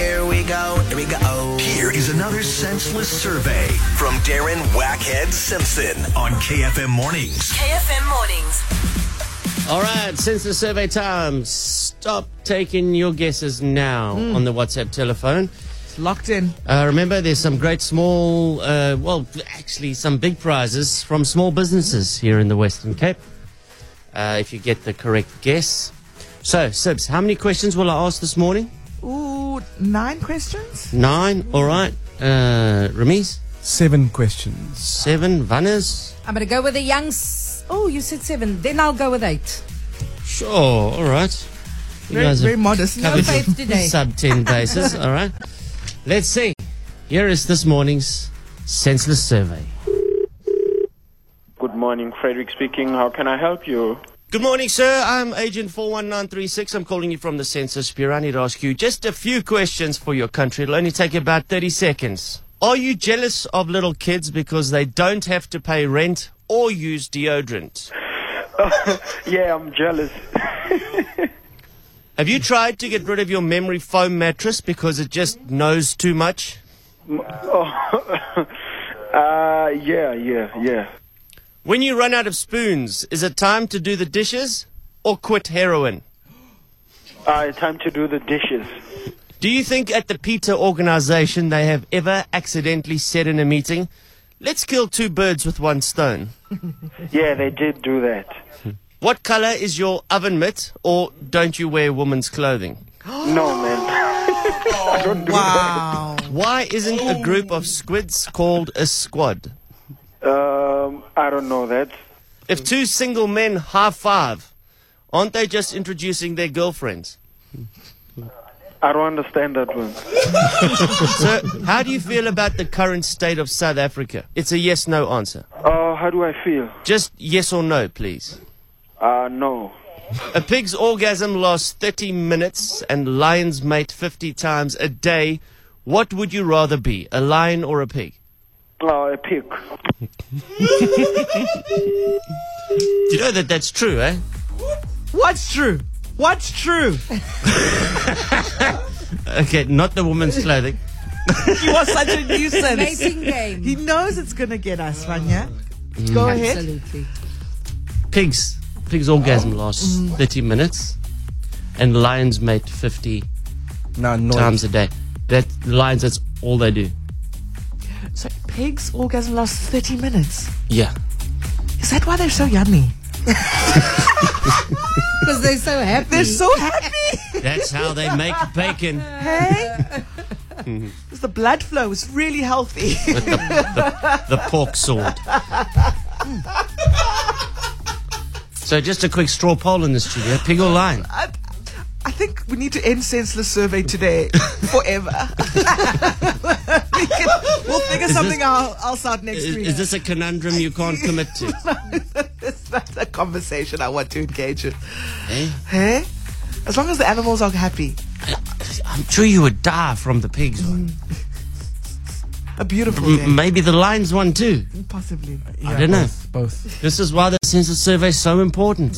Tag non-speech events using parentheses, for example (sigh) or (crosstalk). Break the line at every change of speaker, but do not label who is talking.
go, here we go.
Here is another senseless survey from Darren Wackhead Simpson on KFM Mornings.
KFM Mornings.
All right, since the survey time, stop taking your guesses now on the WhatsApp telephone.
It's locked in.
Uh, remember, there's some great small, uh, well, actually, some big prizes from small businesses here in the Western Cape. Uh, if you get the correct guess. So, Sibs, how many questions will I ask this morning?
Ooh, nine questions?
Nine. All right. Uh, Ramiz,
Seven questions.
seven. Vannas.
I'm going to go with a young. S- oh, you said seven. Then I'll go with eight.
Sure. All right. You
Very,
guys have
very modest.
No
covered
faith
your (laughs)
today.
Sub 10 bases. All right. Let's see. Here is this morning's senseless survey.
Good morning, Frederick speaking. How can I help you?
Good morning, sir. I'm Agent 41936. I'm calling you from the Census Bureau. I need to ask you just a few questions for your country. It'll only take about 30 seconds. Are you jealous of little kids because they don't have to pay rent or use deodorant?
Yeah, I'm jealous.
Have you tried to get rid of your memory foam mattress because it just knows too much?
Uh, yeah, yeah, yeah.
When you run out of spoons, is it time to do the dishes or quit heroin?
Uh, time to do the dishes.
Do you think at the PETA organization they have ever accidentally said in a meeting, let's kill two birds with one stone?
Yeah, they did do that.
What color is your oven mitt or don't you wear woman's clothing?
(gasps) No, man.
Wow.
Why isn't a group of squids called a squad?
Um, I don't know that.
If two single men high five, aren't they just introducing their girlfriends?
I don't understand that one.
So, how do you feel about the current state of South Africa? It's a yes no answer.
Uh, how do I feel?
Just yes or no, please.
Uh, no.
A pig's orgasm lasts 30 minutes and lions mate 50 times a day. What would you rather be, a lion or a pig?
Uh, a pig.
You know that that's true, eh?
What's true? What's true?
Okay, not the woman's clothing.
You are such (laughs) a nuisance.
Amazing
he
game.
knows it's going to get us, Vanya.
Mm.
Go ahead.
Absolutely.
Pigs. Pig's orgasm lasts 30 minutes and lions mate 50
No, no.
times a day. That lions, that's all they do.
So, pigs orgasm lasts 30 minutes.
Yeah.
Is that why they're so yummy?
Because they're so happy.
They're so happy.
That's how they make bacon.
(laughs) Hey?
Mm-hmm.
'Cause the blood flow is really healthy. (laughs)
with the, the, the pork sword. Hmm. so just a quick straw poll in the studio. Pig or lion?
I, I think we need to end senseless survey today forever. (laughs) we can- we'll figure something out, else out next
Is,
week.
is this a conundrum you can't commit to?
It's not a conversation I want to engage in.
Eh?
Hey? As long as the animals are happy.
(laughs) I'm sure you would die from the pigs one.
A beautiful
M-
day,
maybe the lions one too.
possibly.
I don't know.
Both.
This is why the census survey is so important.